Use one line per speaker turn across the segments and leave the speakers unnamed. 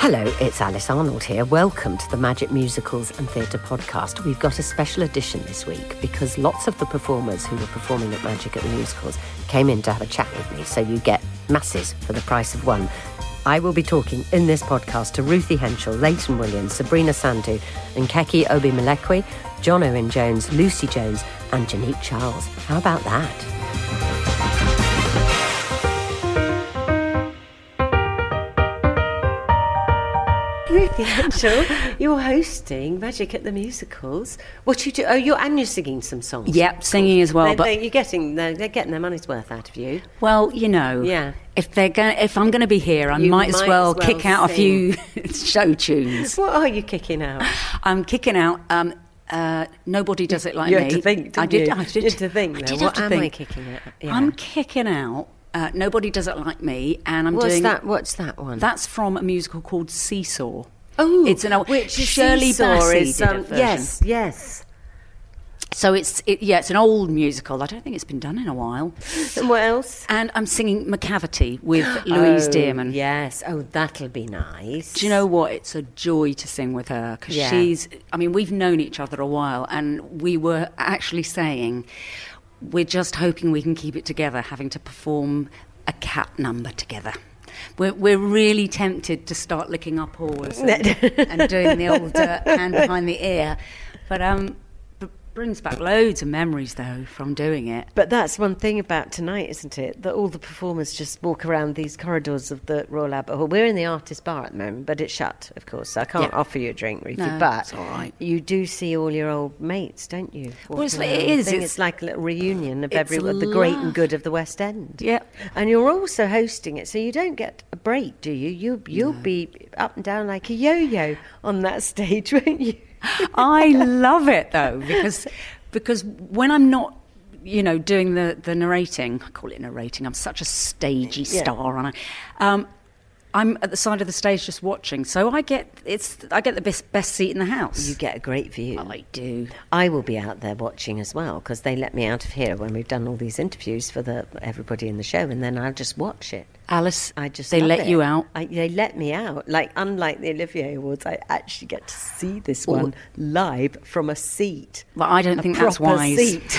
Hello, it's Alice Arnold here. Welcome to the Magic Musicals and Theatre podcast. We've got a special edition this week because lots of the performers who were performing at Magic at the Musicals came in to have a chat with me, so you get masses for the price of one. I will be talking in this podcast to Ruthie Henschel, Leighton Williams, Sabrina Sandu, and Keki Obi-Malekwi, John Owen Jones, Lucy Jones, and Janique Charles. How about that?
Ruthie Henschel, you're hosting Magic at the Musicals. What you do? Oh, you're and you're singing some songs.
Yep, singing as well.
They-
but
they- you're getting they're, they're getting their money's worth out of you.
well, you know,
Yeah.
If they're going, if I'm going to be here, I
You
might, as,
might
well
as well
kick out
sing.
a few show tunes.
What are you kicking out?
I'm kicking out. Um, uh, nobody does it like
You
me.
had to think,
I
didn't
did.
you?
I did.
You had to think
I
then,
did
what
have to
am I
think.
kicking out? Yeah.
I'm kicking out. Uh, nobody does it like me, and I'm
What's
doing
that? What's that one?
That's from a musical called Seesaw.
oh,
it's an old
which is
Shirley
Seesaw
Bassey
is,
did a
um,
version.
yes, yes.
So it's it, yeah, it's an old musical. I don't think it's been done in a while.
And what else?
And I'm singing McCavity with Louise
oh,
Dearman.
Yes. Oh, that'll be nice.
Do you know what? It's a joy to sing with her because
Yeah.
she's. I mean, we've known each other a while, and we were actually saying we're just hoping we can keep it together, having to perform a cat number together. We're, we're really tempted to start licking up oars and, and doing the old uh, hand behind the ear, but um, b- brings back loads of memories though from doing it.
But that's one thing about tonight, isn't it? That all the performers just walk around these corridors of the Royal Albert Hall. We're in the artist bar at the moment, but it's shut, of course. So I can't
Yeah.
offer you a drink, Ruthie.
No,
but
it's all right.
you do see all your old mates, don't you?
Well, it's
walking
like- it
around. I
is,
think
it's-
it's like a little reunion of
it's
every
a
of the great and
laugh.
good of the West End.
Yep.
And you're also hosting it, so you don't get a break, do you? You you'll be up and down like a yo-yo on that stage, won't you?
I love it though because because when I'm not you know doing the the narrating I call it narrating I'm such a stagey
Yeah.
star and I um I'm at the side of the stage just watching so I get it's I get the best best seat in the house
You get a great view.
I do
I will be out there watching as well because they let me out of here when we've done all these interviews for the everybody in the show, and then I'll just watch it.
Alice
I just
they
love
let
it.
you out
I, they let me out. Like unlike the Olivier Awards, I actually get to see this
Ooh.
one live from a seat.
Well, I don't
A
think that's
proper
wise.
Seat.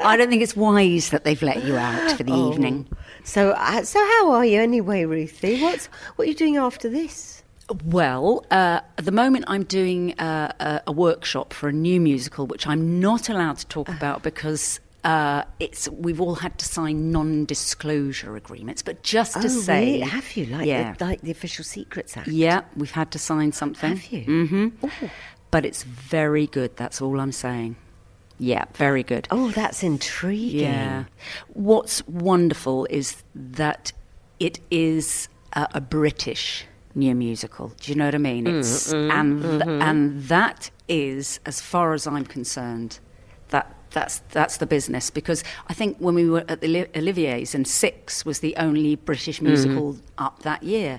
I don't think it's wise that they've let you out for the
Oh.
evening
so, uh, so how are you anyway, Ruthie? What's what are you doing after this?
Well, uh, at the moment, I'm doing uh, a, a workshop for a new musical, which I'm not allowed to talk
Ah.
about because. Uh, it's we've all had to sign non-disclosure agreements, but just to
oh,
say,
really? have you like
yeah,
the, like the Official Secrets Act?
yeah, we've had to sign something.
Have you? Oh.
Mm-hmm. But it's very good. That's all I'm saying. Yeah, very good.
Oh, that's intriguing.
Yeah. What's wonderful is that it is a, a British new musical. Do you know what I mean? It's
Mm,
and th-
mm-hmm.
and that is, as far as I'm concerned, that. That's that's the business because I think when we were at the Li- Olivier's and Six was the only British
Mm.
musical up that year,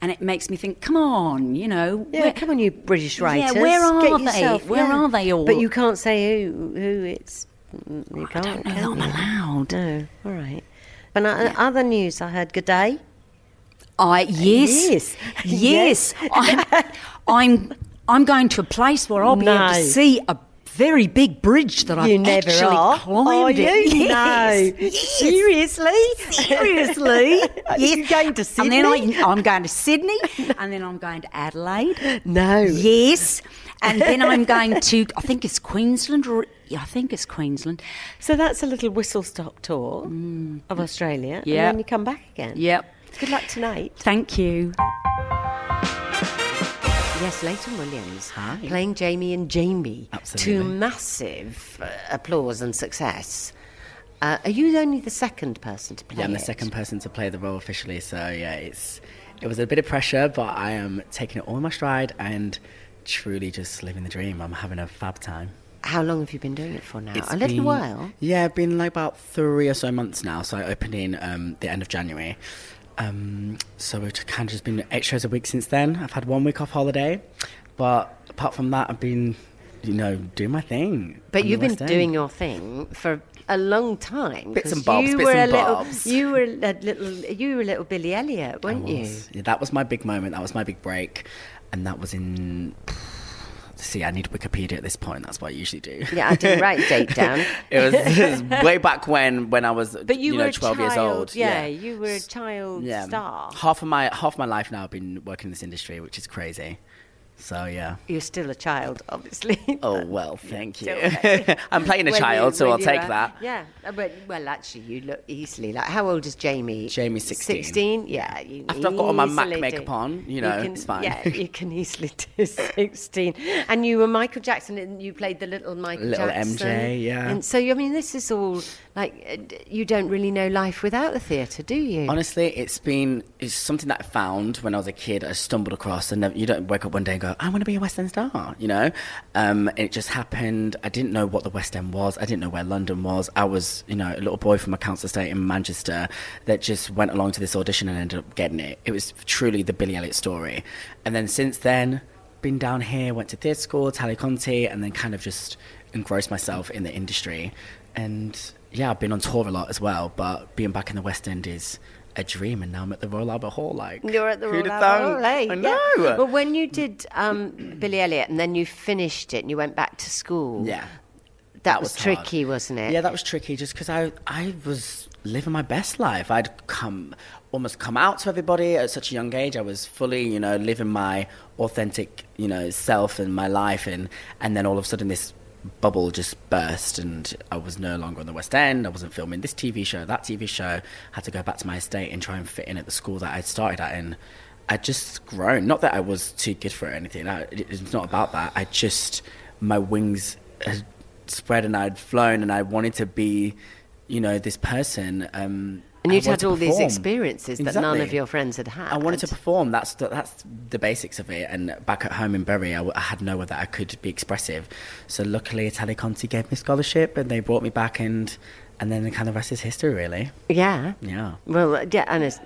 and it makes me think, come on, you know,
Yeah,
we're-
come on, you British
Yeah,
writers.
where are
Get
they?
yourself-
Where
yeah.
are they all? Oh,
But you can't say who who it's. mm, You can't.
don't know
can
that I'm
you?
allowed.
No, all right. But uh, other news, I heard. Good day.
I yes,
Yes.
yes. I'm, I'm I'm going to a place where I'll be able to
No.
see a very big bridge that I've actually climbed.
Are Oh, you?
it.
No.
Yes. yes.
Seriously?
Seriously,
Are
yes.
you going to
And then
Sydney?
I, I'm going to Sydney, and then I'm going to Adelaide.
No.
Yes, and then I'm going to. I think it's Queensland, or yeah, I think it's Queensland.
So that's a little whistle stop tour of Australia.
Mm. Yeah.
And then you come back again.
Yep.
Good luck tonight.
Thank you.
Yes, Leighton Williams playing Jamie and Jamie to
Absolutely.
massive uh, applause and success. Uh, are you only the second person to play
Yeah, I'm the
it?
second person to play the role officially, so yeah, it's it was a bit of pressure, but I am taking it all in my stride and truly just living the dream. I'm having a fab time.
How long have you been doing it for now?
It's
a little
been-
while.
Yeah, it's been like about three or so months now. So I opened in um, the end of January. Um, so we've kind of just been eight shows a week since then. I've had one week off holiday, but apart from that, I've been you know, doing my thing.
But
on the
you've been
West End.
doing your thing for a long time.
Bits
'cause
and bobs,
You
bits
were
and
a little,
bobs.
You were a little. You were a little Billy Elliot,
I
weren't you?
was. Yeah, that was my big moment. That was my big break, and that was in. See, I need Wikipedia at this point. That's what I usually do.
Yeah, I didn't write date down.
it, was, it was way back when when I was,
But you,
you
were
know,
a
twelve
child,
years old.
Yeah, you were a child
yeah.
star.
Half of my half my life now I've been working in this industry, which is crazy. So yeah.
You're still a child, obviously.
Oh well, thank you.
Uh, okay.
I'm playing a
When
child,
you-
so
when
I'll
you
take
were-
that.
Yeah, Uh, but well, actually, you look easily like how old is Jamie?
Jamie's 16.
Sixteen. Yeah. You
After I've got all my Mac
easily
makeup
do-
on, you know,
can,
it's fine.
Yeah, you can easily do sixteen. And you were Michael Jackson, and you played the little Michael
Little
Jackson.
MJ, yeah.
And so I mean, this is all like uh, d- you don't really know life without the theatre, do you?
Honestly, it's been it's something that I found when I was a kid. I stumbled across, and never, you don't wake up one day and go, "I want to be a West End star," you know. Um, and it just happened. I didn't know what the West End was. I didn't know where London was. I was, you know, a little boy from a council estate in Manchester that just went along to this audition and ended up getting it. It was truly the Billy Elliot story. And then since then, been down here, went to theatre school, Tally Conti, and then kind of just engrossed myself in the industry. And yeah, I've been on tour a lot as well, but being back in the West End is a dream. And now I'm at the Royal Albert Hall. Like,
You're at the
who'd
Royal
have
Albert Hall,
thunk?
eh?
I know.
Yeah. Well, when you did um, Billy Elliot and then you finished it and you went back to school,
yeah.
that, was,
hard.
tricky, wasn't it?
Yeah, that was tricky just because I, I was living my best life. I'd come almost come out to everybody at such a young age. I was fully, you know, living my authentic, you know, self and my life. And, and then all of a sudden this bubble just burst and I was no longer on the West End. I wasn't filming this TV show, that TV show. I had to go back to my estate and try and fit in at the school that I'd started at. And I'd just grown. Not that I was too good for it or anything. I, it- it's not about that. I just, my wings had spread and I'd flown and I wanted to be, you know, this person. Um,
And
I
you'd
wanted
had
to
all these
perform.
experiences that none of
Exactly.
your friends had had.
I wanted to perform. That's the, that's the basics of it. And back at home in Bury, I, w- I had nowhere that I could be expressive. So luckily, Tele Conti gave me a scholarship, and they brought me back. And and then the kind of rest is history, really.
Yeah.
Yeah.
Well, uh, yeah, and it's,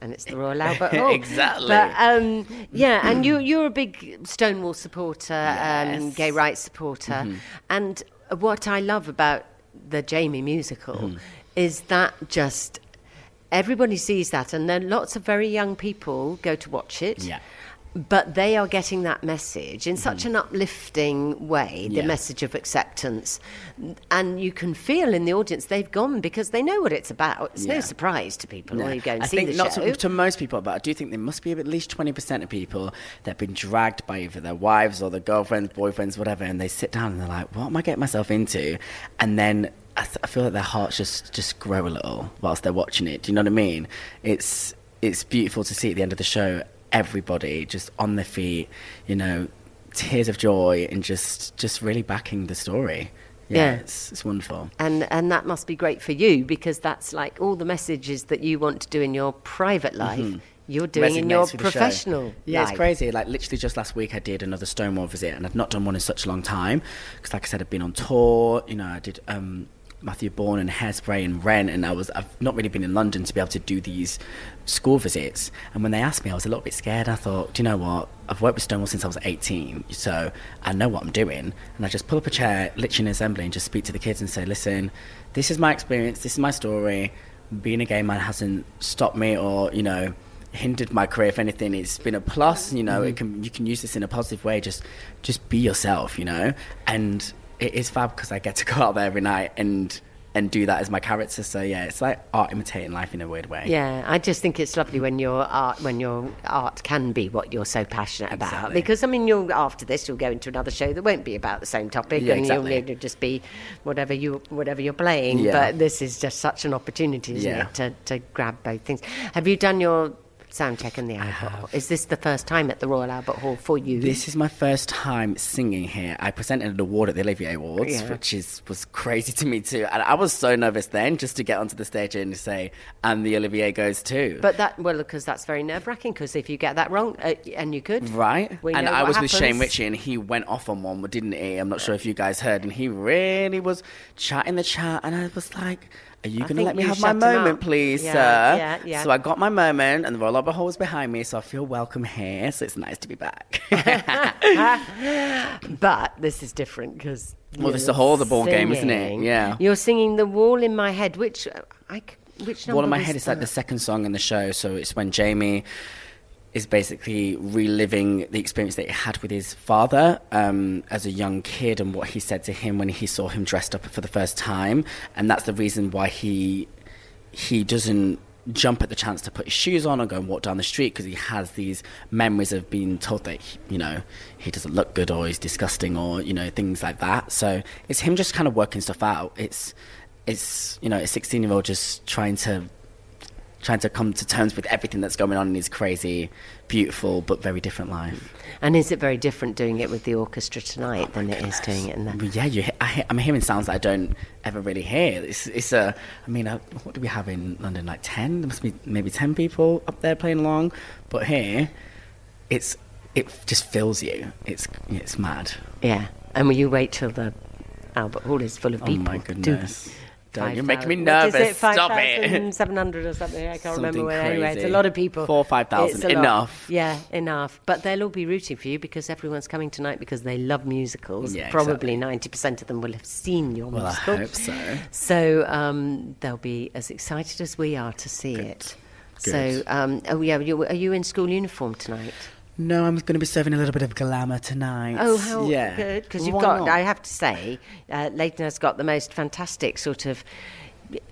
and it's the Royal Albert Hall.
Exactly.
But, um, yeah, and you, you're a big Stonewall supporter, um,
Yes. Mm-hmm.
gay rights supporter. And what I love about the Jamie musical
Mm-hmm.
is that just everybody sees that, and then lots of very young people go to watch it.
Yeah.
But they are getting that message in such an uplifting way, the
Mm. Yeah.
message of acceptance. And you can feel in the audience they've gone because they know what it's about. It's no
Yeah.
surprise to people
No.
when you go and
I
see
think
the
not
show.
To, to most people, but I do think there must be at least twenty percent of people that have been dragged by either their wives or their girlfriends, boyfriends, whatever, and they sit down and they're like, "What am I getting myself into?" And then I, th- I feel like their hearts just just grow a little whilst they're watching it. Do you know what I mean? It's it's beautiful to see at the end of the show everybody just on their feet, you know, tears of joy and just just really backing the story. Yeah,
Yeah.
It's, it's wonderful.
and and that must be great for you because that's like all the messages that you want to do in your private life, you're doing in
Mm-hmm. resonates
your
with the show.
professional
Yeah,
life.
it's crazy. Like literally just last week, I did another Stonewall visit, and I'd not done one in such a long time because, like I said, I've been on tour. You know, I did um, Matthew Bourne and Hairspray and Rent, and I was I've not really been in London to be able to do these school visits. And when they asked me, I was a little bit scared. I thought, do you know what? I've worked with Stonewall since I was 18, so I know what I'm doing. And I just pull up a chair, literally in an assembly, and just speak to the kids and say, listen, this is my experience, this is my story. Being a gay man hasn't stopped me, or you know, hindered my career if anything it's been a plus you know
Mm-hmm.
it can you can use this in a positive way just just be yourself you know and it is fab because i get to go out there every night and and do that as my character so yeah it's like art imitating life in a weird way
Yeah, I just think it's lovely when your art when your art can be what you're so passionate about.
Exactly.
Because I mean, you'll after this you'll go into another show that won't be about the same topic,
Yeah,
and
exactly.
you'll need to just be whatever you whatever you're playing.
Yeah.
But this is just such an opportunity, isn't
Yeah.
it, to, to grab both things? Have you done your sound check in the Albert Hall? Is this the first time at the Royal Albert Hall for you?
This is my first time singing here. I presented an award at the Olivier Awards,
Yeah.
which is was crazy to me too. And I was so nervous then just to get onto the stage and say, "And the Olivier goes too."
but that well, because that's very nerve wracking. Because if you get that wrong, uh, and you could,
Right.
We
and
know
I
what
was with Shane
happens.
Ritchie and he went off on one, didn't he? I'm not sure if you guys heard. And he really was chatting the chat. And I was like, Are you
I
going to
think
let me
you
have my
shut 'em
moment,
up.
please,
Yeah,
sir?
yeah, yeah.
So I got my moment, and the roller hall was behind me, so I feel welcome here. So it's nice to be back.
But this is different because.
Well, this is the whole of the ball game, isn't it? Yeah.
You're singing The Wall in My Head, which uh, I. c- Which number
Wall in my
was
head is like
that?
the second song in the show, so it's when Jamie is basically reliving the experience that he had with his father um, as a young kid and what he said to him when he saw him dressed up for the first time, and that's the reason why he he doesn't jump at the chance to put his shoes on and go and walk down the street because he has these memories of being told that he- you know he doesn't look good or he's disgusting or you know things like that so it's him just kind of working stuff out it's it's you know a 16 year old just trying to trying to come to terms with everything that's going on in his crazy beautiful but very different life
And is it very different doing it with the orchestra tonight than it is doing it in the.
But yeah, you. he- I, he- I'm hearing sounds that I don't ever really hear. It's, it's a. I mean, uh what do we have in London? Like ten? There must be maybe ten people up there playing along. But here, it's it just fills you. It's it's mad.
Yeah. And will you wait till the Albert Hall is full of
Oh
people?
my
Do-
goodness! Don't, you're
5,000
making me
What is
nervous.
it?
Stop it.
5,700 or something. I can't remember
Something
where. Anyway, it's a
crazy.
lot of people.
Four or 5,000,
It's a lot.
enough.
Yeah, enough. But they'll all be rooting for you because everyone's coming tonight because they love musicals.
Yeah,
Probably 90% of them will have seen your
Well, I
musical.
hope so.
So um, they'll be as excited as we are to see it. So,
Good.
um, oh yeah, you, are you in school uniform tonight?
No, I'm going to be serving a little bit of glamour tonight.
Oh, how
yeah.
good! Because you've
Why
got,
not?
I have to say, uh, Leighton has got the most fantastic sort of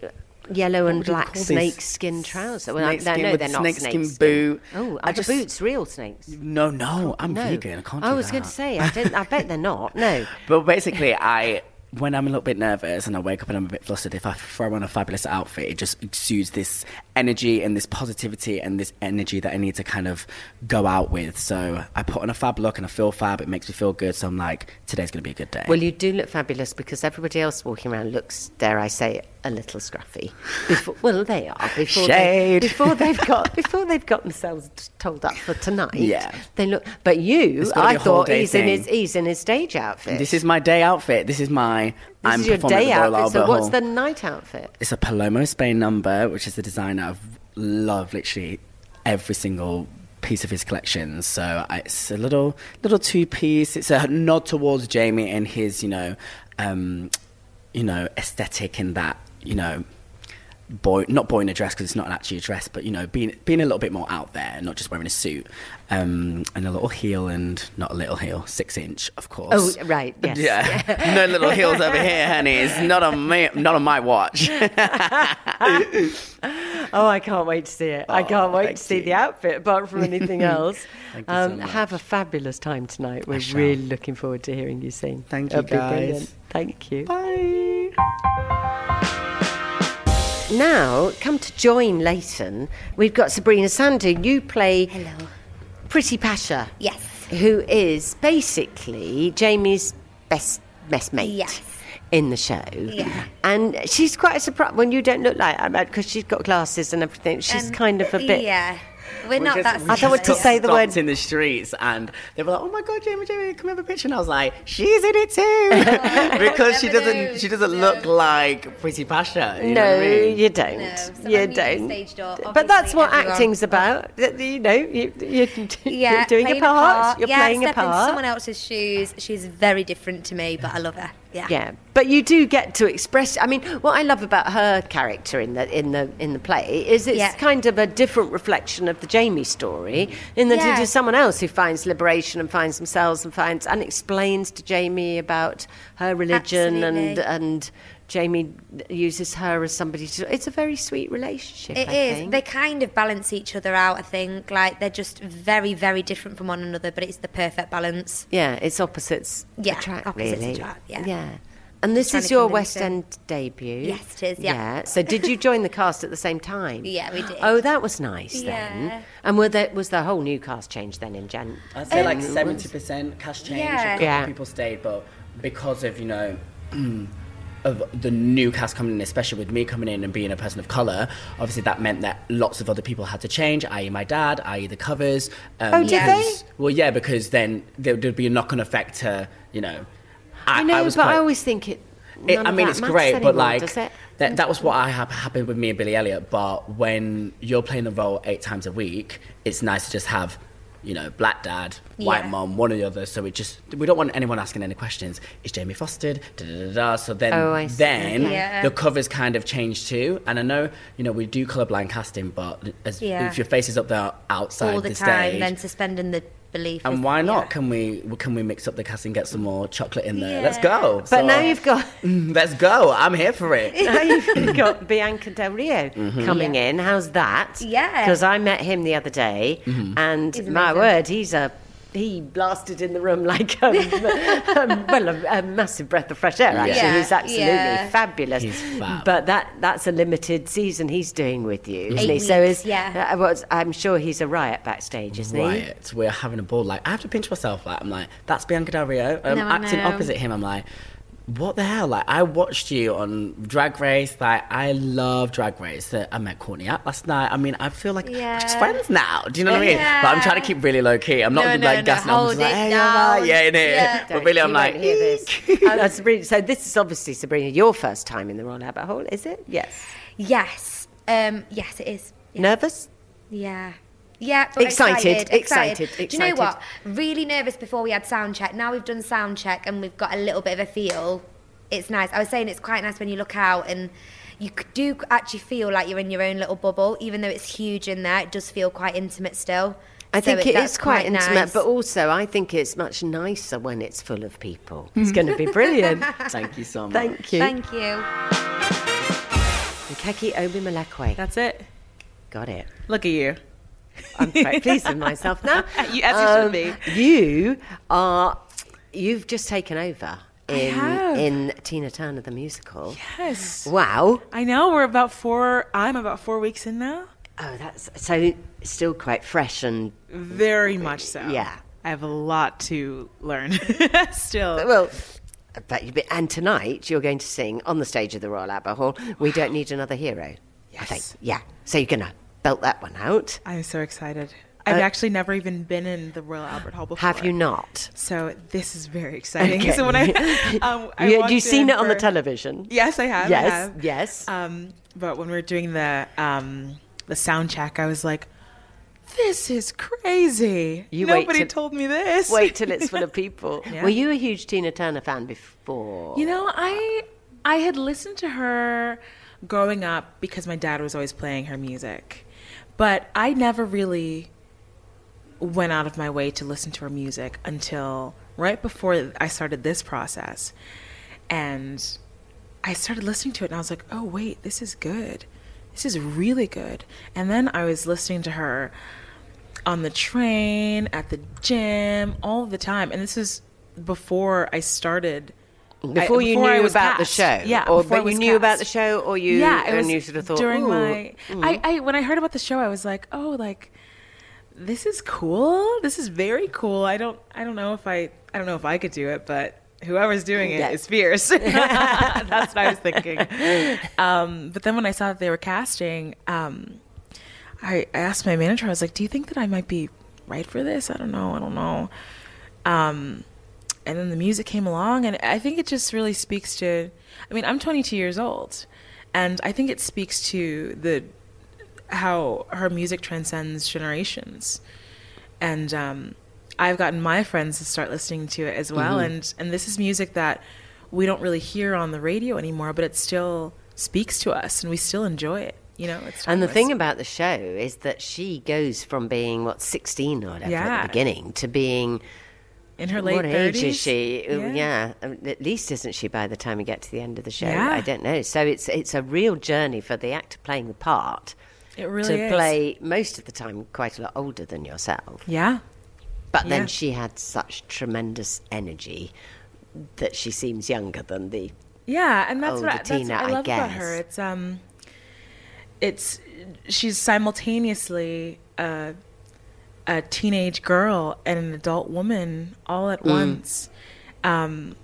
uh, yellow and
would you
black
call these?
snake skin trousers. Well, I- no,
Snakeskin
no,
with
they're not
snakeskin
snakeskin.
boot.
Oh,
I
are the
just-
boots real snakes?
No, no, I'm
no.
vegan. I can't.
I
do
was going to
that.
say, I, don't, I bet they're not. No.
But basically, I when I'm a little bit nervous and I wake up and I'm a bit flustered, if I throw on a fabulous outfit, it just exudes this energy and this positivity and this energy that I need to kind of go out with. So I put on a fab look and I feel fab. It makes me feel good. So I'm like, today's going to be a good day.
Well, you do look fabulous because everybody else walking around looks, dare I say, it, a little scruffy. Before, well, they are before
Shade.
They, before they've got before they've got themselves t- told up for tonight.
Yeah.
they look. But you,
It's gotta be
I
a whole
thought
day
he's in
thing.
his he's in his stage outfit.
this is my day outfit. This is my
This
I'm
is your
performing
day
at
outfit.
the Royal
so
Albert
what's
Hall.
the night outfit?
It's a Palomo Spain number, which is the designer I've loved literally every single piece of his collection. So I, it's a little little two piece. It's a nod towards Jamie and his, you know, um, you know, aesthetic in that, you know, boy not boy in a dress because it's not actually a dress, but you know, being being a little bit more out there, not just wearing a suit um, and a little heel and not a little heel, six inch, of
Oh,
course.
right. Yes.
Yeah, no little heels over here, honey. It's not on me, not on my watch.
Oh, I can't wait to see it. I
Oh,
can't wait
thank
to see
you.
the outfit apart from anything else. Um,
Thank you so much.
Have a fabulous time tonight. We're
shall.
really looking forward to hearing you sing.
Thank you,
It'll be
guys.
brilliant. Thank you. Now, come to join Leighton. We've got Sabrina Sander. You play
Hello.
Pretty Pasha.
Yes.
Who is basically Jamie's best best mate.
Yes.
In the show.
Yeah.
And she's quite a surprise when you don't look like her because she's got glasses and everything. She's
Um,
kind of a bit.
Yeah. We're, not
just-
that.
we
I don't want
similar
to
yet.
say the
stopped
word.
in the streets and they were like, "Oh my god, Jamie, Jamie, come have a picture!" And I was like, "She's in it too," because she
never
doesn't
know.
she doesn't
No.
look like Pretty Pasha. You know
no,
what I mean?
you don't.
No, so when
you
we
don't.
staged up,
but that's
obviously
what
everyone-
acting's about. that- You know, you, you,
Yeah,
you're doing a
playing
part. You're
yeah,
playing a
step into
part.
someone else's shoes. She's very different to me, but I love her. Yeah.
Yeah, but you do get to express. I mean, what I love about her character in the in the in the play is it's
Yeah.
kind of a different reflection of the Jamie story, in that
Yeah.
it is someone else who finds liberation and finds themselves and finds and explains to Jamie about her religion and
Absolutely.
and Jamie uses her as somebody. To, it's a very sweet relationship.
It
I
is.
think.
They kind of balance each other out, I think. Like, they're just very, very different from one another, but it's the perfect balance.
Yeah, it's opposites
Yeah,
attract,
opposites
really.
attract, yeah.
And this
trying
is
to
your
convince
West
them.
End debut.
Yes, it is, yeah.
So did you join the cast at the same time?
Yeah, we did.
Oh, that was nice then.
Yeah.
And were there, was the whole new cast change then in Jan? Um,
I'd say like seventy percent cash change.
Yeah.
A couple
Yeah.
people stayed, but because of you know. Of the new cast coming in, especially with me coming in and being a person of color, obviously that meant that lots of other people had to change, i.e., my dad, i.e., the covers. Um,
Oh, did
they?
because- Well, yeah, because then there would be a knock-on effect to you know.
I know, but I
quite-
always think it.
It-
none
I
of
mean,
that
it's
matters
great,
anymore,
but like
does it?
that, that was what I hap- happened with me and Billy Elliot. But when you're playing the role eight times a week, it's nice to just have, you know, black dad, white
Yeah.
mom, one or the other. So it just we don't want anyone asking any questions. Is Jamie fostered? Da, da, da, da. So then,
Oh, I see.
then
Okay. Yeah.
the covers kind of change too. And I know you know we do colorblind casting, but as,
Yeah.
if your face is up there outside
all the, time,
stage,
then suspending the belief. is-
and why not?
yeah.
Can we can we mix up the casting, get some more chocolate in there? Let's
Yeah.
go.
But now you've got
Let's go. I'm here for it.
now you've got Bianca Del Rio coming in. How's that?
Mm-hmm. Yeah. Mm-hmm.
Because I met him the other day, and
He's
my
amazing.
word, he's a he blasted in the room like a, a- well a, a massive breath of fresh air. Actually,
Yeah.
he's absolutely
Yeah.
fabulous.
He's fab.
But that that's a limited season he's doing with you, isn't he?
Eight
So
weeks,
is
yeah.
uh, what's- I'm sure he's a riot backstage, isn't he?
Right. We're having a ball. Like I have to pinch myself. Like I'm like, that's Bianca Del Rio. I'm
No, I
acting
know.
opposite him. I'm like. What the hell? Like I watched you on Drag Race. Like I love Drag Race. That I met Courtney at last night. I mean, I feel like we're just
Yeah.
friends now. Do you know what I mean? But I'm trying to keep really low key. I'm not
No,
gonna be,
no,
like
no,
gassing. up. I'm just
hold
like,
it
hey, yeah,
down.
yeah, in it.
Yeah.
But really, I'm
you
like,
won't hear this. Uh, Sabrina- so this is obviously Sabrina, your first time in the Royal Albert Hall, is it? Yes.
Yes. Um, yes, it is.
Nervous?
Yeah. Yeah, but
Excited,
excited,
excited,
Do you know
excited.
what? Really nervous before we had sound check. Now we've done sound check and we've got a little bit of a feel. It's nice. I was saying it's quite nice when you look out and you c- do actually feel like you're in your own little bubble, even though it's huge in there. It does feel quite intimate still.
I
So
think it
that's
is quite, intimate,
nice.
but also I think it's much nicer when it's full of people. It's going to be brilliant.
Thank you so much.
Thank you.
thank you.
Nkeki Obi Malekwe.
That's it.
Got it.
Look at you.
I'm quite pleased with myself now. Um,
You- as you should
You are, you've just taken over in,
have.
in Tina Turner the musical.
Yes.
Wow.
I know we're about four. I'm about four weeks in now.
Oh, that's so still quite fresh and
Very much so.
Yeah.
I have a lot to learn still.
Well, but you, and tonight you're going to sing on the stage of the Royal Albert Hall. We don't need another hero. I think.
Yes.
Yeah. So you're gonna belt that one out.
I'm so excited. I've actually never even been in the Royal Albert Hall before.
Uh, Have you not?
So this is very exciting.
Okay.
So when I, um, I
you,
walked
you've seen
in
it on the
for-
television.
Yes, I have. I
Yes,
have.
yes.
Um, but when we were doing the um, the sound check, I was like, "This is crazy.
You wait
Nobody
till-
told me this."
Wait till it's full of people.
Yeah.
Were you a huge Tina Turner fan before?
You know, I I had listened to her growing up because my dad was always playing her music. But I never really went out of my way to listen to her music until right before I started this process. And I started listening to it and I was like, "Oh wait, this is good. This is really good." And then I was listening to her on the train, at the gym, all the time. And this is before I started
Before you
I
knew
was
about the
cast.
show,
yeah,
or-
before
but
I
you
was
knew about
cast.
the show, or you-
yeah, it
and
was
you sort of thought,
during
"Ooh,
my, I, I when I heard about the show, I was like, oh, like this is cool. This is very cool. I don't, I don't know if I, I don't know if I could do it, but whoever's doing it is
Yeah.
fierce. That's what I was thinking. Um, but then when I saw that they were casting, um, I, I asked my manager. I was like, do you think that I might be right for this? I don't know. I don't know. Um, and then the music came along and i think it just really speaks to i mean i'm 22 years old and i think it speaks to the how her music transcends generations and um, i've gotten my friends to start listening to it as well
Mm-hmm.
and and this is music that we don't really hear on the radio anymore but it still speaks to us and we still enjoy it you know it's
And the
timeless.
thing about the show is that she goes from being what sixteen or whatever at
Yeah.
the beginning to being
in her late
what
30s
age is she? Uh, Yeah. um, at least isn't she by the time we get to the end of the show?
Yeah.
I don't know. So it's it's a real journey for the actor playing the part
it really
to
is.
play most of the time quite a lot older than yourself.
yeah
But
Yeah.
then she had such tremendous energy that she seems younger than the.
Yeah, and that's
Oh,
what
the
I, that's what
Tina,
I
I
love about her.
guess.
It's um, it's she's simultaneously a, a teenage girl and an adult woman all
Mm.
at once. Um,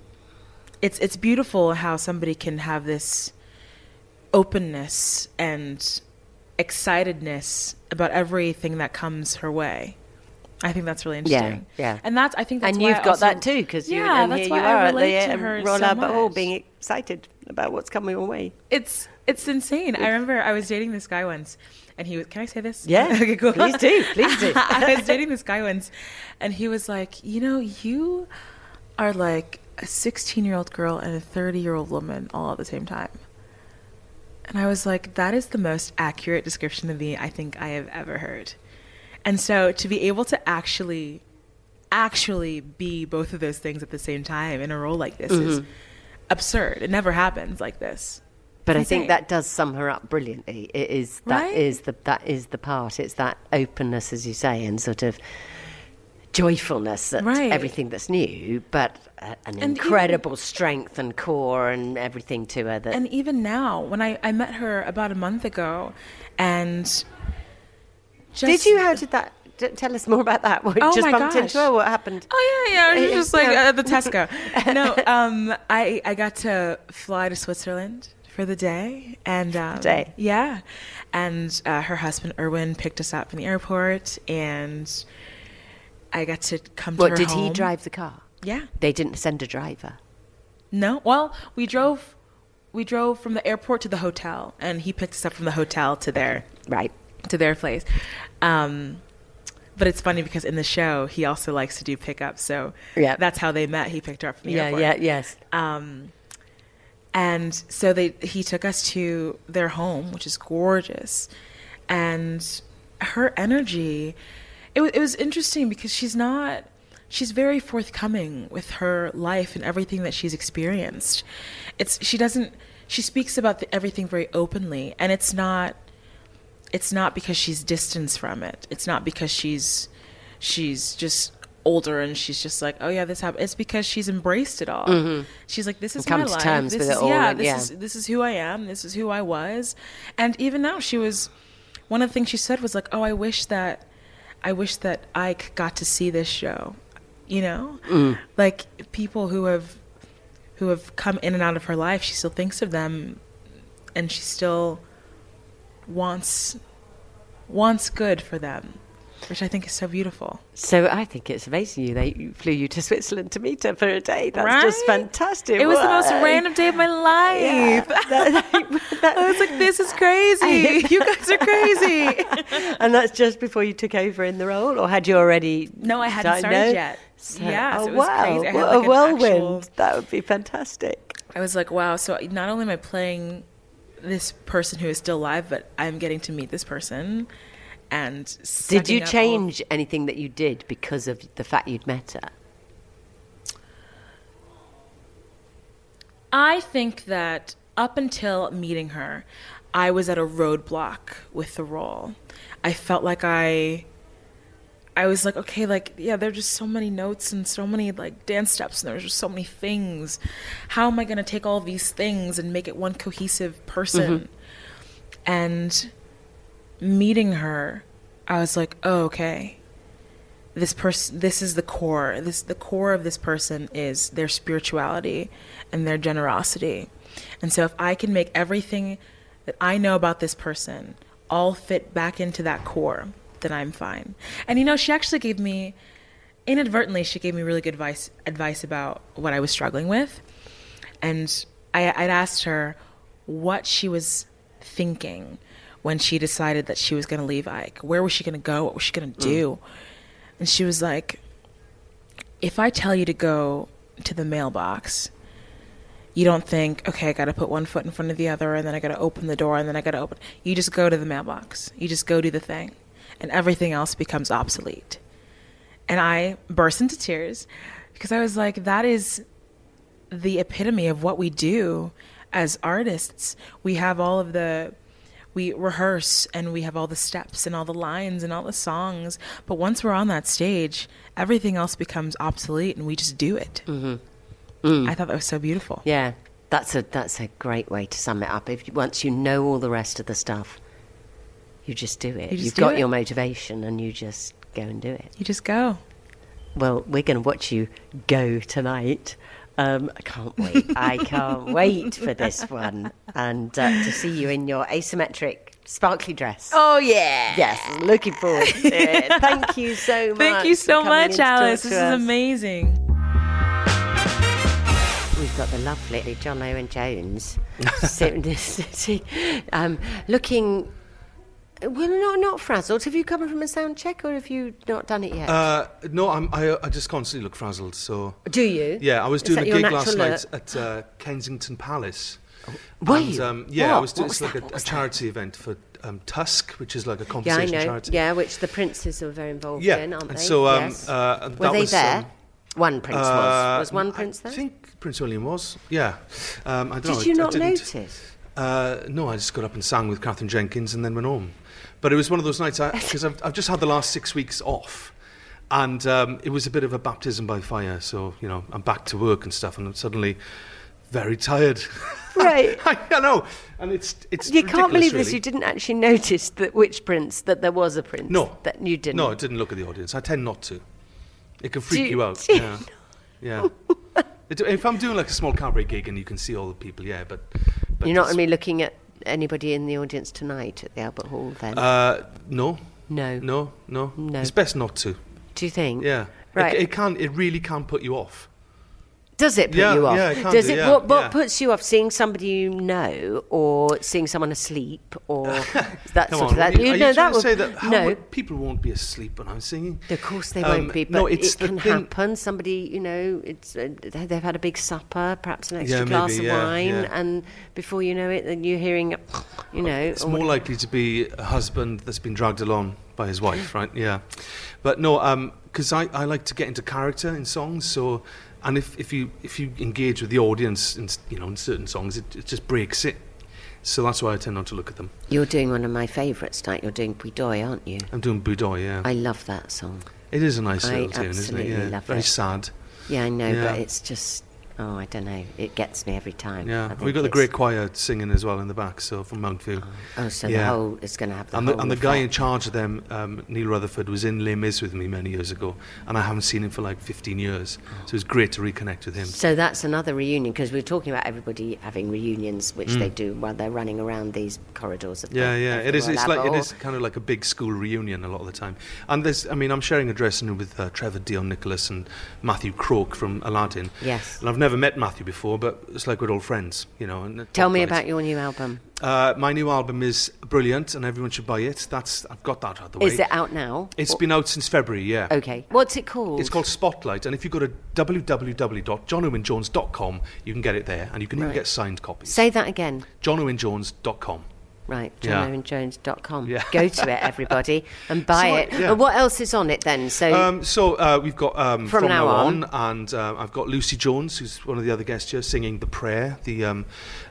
it's it's beautiful how somebody can have this openness and excitedness about everything that comes her way. I think that's really interesting.
yeah.
And that's I think that's
and
why
you've
I
got
also-
that too, because
yeah,
you, and
that's
here
why
you
I
are at
relate
the
to
um,
her
Royal
so
Albert Hall
much.
being excited. about what's coming your way.
It's it's insane. I remember I was dating this guy once, and he was. Can I say this?
Yeah.
okay, cool.
Please do, please do.
I was dating this guy once, and he was like, you know, you are like a 16 year old girl and a 30 year old woman all at the same time. And I was like, that is the most accurate description of me I think I have ever heard. And so to be able to actually, actually be both of those things at the same time in a role like this is
Mm-hmm.
absurd. It never happens like this.
But I
Insane.
think that does sum her up brilliantly. It is that is
Right?
the that is the part. It's that openness, as you say, and sort of joyfulness at
Right.
everything that's new, but uh, an
even-
incredible strength and core and everything to her. That
And even now, when I, I met her about a month ago, and
did
just,
you? How did that? d- Tell us more about that. What, you
Oh
just
my
bumped
gosh.
into her. What happened?
Oh yeah, yeah. It was
Uh,
just like
yeah.
at the Tesco. no, um, I I got to fly to Switzerland for the day, and um,
day.
yeah, and uh, her husband Erwin picked us up from the airport, and I got to come to
What
her
did he
home.
drive the car?
Yeah.
They didn't send a driver.
No. Well, we drove we drove from the airport to the hotel, and he picked us up from the hotel to there.
Right.
to their place. Um, but it's funny because in the show, he also likes to do pickup. So
Yeah.
that's how they met. He picked her up from the airport.
yes.
Um, and so they he took us to their home, which is gorgeous, and her energy. It, wa- it was interesting because she's not. She's very forthcoming with her life and everything that she's experienced. It's she doesn't. She speaks about the, everything very openly, and it's not. It's not because she's distanced from it. It's not because she's. She's just older and she's just like, oh yeah, this happened. It's because she's embraced it all. She's like, this is
come
my
to
life.
terms
this
with
is,
it all,
Yeah,
and-
this
yeah.
is this is who I am. This is who I was. And even now, she was one of the things she said was like, "Oh, I wish that, I wish that I c- got to see this show." You know,
Mm.
like people who have who have come in and out of her life, she still thinks of them, and she still wants wants good for them, which I think is so beautiful.
So I think it's amazing you they flew you to Switzerland to meet her for a day. That's just
Right?
fantastic.
It was the most
Wow.
random day of my life. I was like, this is crazy. you guys are crazy.
and that's just before you took over in the role, or had you already?
No, I hadn't
di-
started
no?
yet.
So-
Yes,
oh
it was
wow,
crazy. I had,
what
like,
a
an
whirlwind!
actual-
That would be fantastic.
I was like, wow. So not only am I playing this person who is still alive, but I'm getting to meet this person. And
Did
sucking
you
up all-
change anything that you did because of the fact you'd met her?
I think that up until meeting her, I was at a roadblock with the role. I felt like I I was like, okay, like yeah, there are just so many notes and so many like dance steps and there's just so many things. How am I going to take all these things and make it one cohesive person? And meeting her, I was like, oh, okay. This person, this is the core. This the core of this person is their spirituality and their generosity. And so, if I can make everything that I know about this person all fit back into that core, then I'm fine. And you know, she actually gave me inadvertently she gave me really good advice advice about what I was struggling with, and I, I'd asked her what she was thinking when she decided that she was going to leave Ike. Where was she going to go? What was she going to do? And she was like, "If I tell you to go to the mailbox." You don't think, okay, I got to put one foot in front of the other, and then I got to open the door, and then I got to open. You just go to the mailbox. You just go do the thing, and everything else becomes obsolete and I burst into tears because I was like, that is the epitome of what we do as artists. We have all of the, we rehearse and we have all the steps and all the lines and all the songs. But once we're on that stage, everything else becomes obsolete and we just do it. Mm-hmm. I thought that was so beautiful.
Yeah, that's a that's a great way to sum it up. If you- once you know all the rest of the stuff, you just do it.
You just
have
do
got
it.
your motivation, and you just go and do it.
You just go.
Well, we're going to watch you go tonight. Um, I can't wait. I can't wait for this one and uh, to see you in your asymmetric sparkly dress.
Oh, yeah.
Yes, looking forward to it. Thank you so much.
Thank you
for
so
coming in
much,
to talk
Alice.
to
This is
us.
amazing.
we've got the lovely John Owen Jones sitting, sitting um, looking. Well, not not frazzled. Have you come from a sound check, or have you not done it yet?
Uh, no, I'm, I, I just constantly look frazzled. So
Do you?
yeah, I was
Is
doing a
that your
gig last
natural
night
look?
at uh, Kensington Palace.
Were
and,
you?
Um, yeah, I
What?
was doing
What
it's
was
like
that?
a,
What
a
was that?
charity event for um, Tusk, which is like a
Yeah, I
conversation
know.
charity.
Yeah, which the princes are very involved
Yeah,
in, aren't
and
they?
so, um,
yes.
uh, and
were
that
they
was,
there?
um,
one prince
Uh,
was. Was one prince there?
I think Prince William was. Yeah. Um, I don't know,
Did
I-
you
I
not
didn't-
notice?
Uh, no, I just got up and sang with Catherine Jenkins and then went home. But it was one of those nights because I've, I've just had the last six weeks off, and um, it was a bit of a baptism by fire. So you know, I'm back to work and stuff, and I'm suddenly very tired.
Right.
I, know, and it's it's.
You can't
ridiculous,
believe this.
really.
You didn't actually notice that which prince that there was a prince.
No,
that you didn't.
No, I didn't look at the audience. I tend not to. It can freak
you-
you out.
do you
Yeah, yeah. It- if I'm doing like a small cabaret gig and you can see all the people, yeah, but, but
You're not
it's-
going to be looking at anybody in the audience tonight at the Albert Hall, then?
Uh, no,
no.
no, no,
No.
It's best not to.
Do you think?
Yeah.
Right.
It, it can. It really can put you off.
Does it put
Yeah,
you off?
yeah, it can
Does
do,
it?
yeah,
what what
yeah.
puts you off? Seeing somebody you know, or seeing someone asleep, or that
Come
sort
on.
of that.
are you, are you
know,
trying
will-
to say that how
no.
would- people won't be asleep when I'm singing?
Of course they
Um,
won't be, but
no, it's
it
the
can
thing-
happen. Somebody, you know, it's uh, they- they've had a big supper, perhaps an extra
Yeah,
glass
maybe,
of
yeah,
wine,
yeah.
and before you know it, then you're hearing, a you know,
It's
or
more likely to be a husband that's been dragged along by his wife, right? Yeah. But no, because I, I like to get into character in songs. So, and if, if you if you engage with the audience, in, s- you know, in certain songs, it, it just breaks it. So that's why I tend not to look at them.
you're doing one of my favourites tonight. You're doing Puidoy, aren't you?
I'm doing Boudoir, yeah.
I love that song.
it is a nice
I
little tune, isn't it?
absolutely
Yeah.
love
Very
it.
sad.
Yeah, I know,
Yeah.
but it's just oh, I don't know. It gets me every time.
Yeah.
I
We've
think
got the
it's-
great choir singing as well in the back, so from Mountfield.
Oh, so the
Yeah.
whole is going to have the
And
whole
the, and the guy in
effect.
charge of them, um, Neil Rutherford, was in Les Mis with me many years ago, and I haven't seen him for like 15 years. So
Oh.
it was great to reconnect with him.
So that's another reunion because we were talking about everybody having reunions, which they do while they're running around these corridors. Of the-
Mm. Yeah, yeah,
of the
it is.
Royal
It's like it
Albert
is kind of like a big school reunion a lot of the time. And there's, I mean, I'm sharing a dressing room with uh, Trevor Dion Nicholas and Matthew Croak from Aladdin.
Yes.
And I've never met Matthew before, but it's like we're old friends, you know. And it's
Tell me
nice.
about your new album.
Uh, my new album is brilliant, and everyone should buy it. That's I've got that out of the way.
Is it Oh, out now?
It's
Or-
been out since February, yeah.
okay. What's it called?
It's called Spotlight, and if you go to www.johnowinjones.com, you can get it there, and you can
Right.
even get signed copies.
Say that again.
johnowinjones.com.
Right,
Yeah.
johnowinjones.com.
Yeah.
Go to it, everybody, and buy
So I-
it.
yeah.
And what else is on it then? So,
Um, so uh, we've got um,
From
from,
Now
now, on, and um, I've got Lucy Jones, who's one of the other guests here, singing "The Prayer," the um,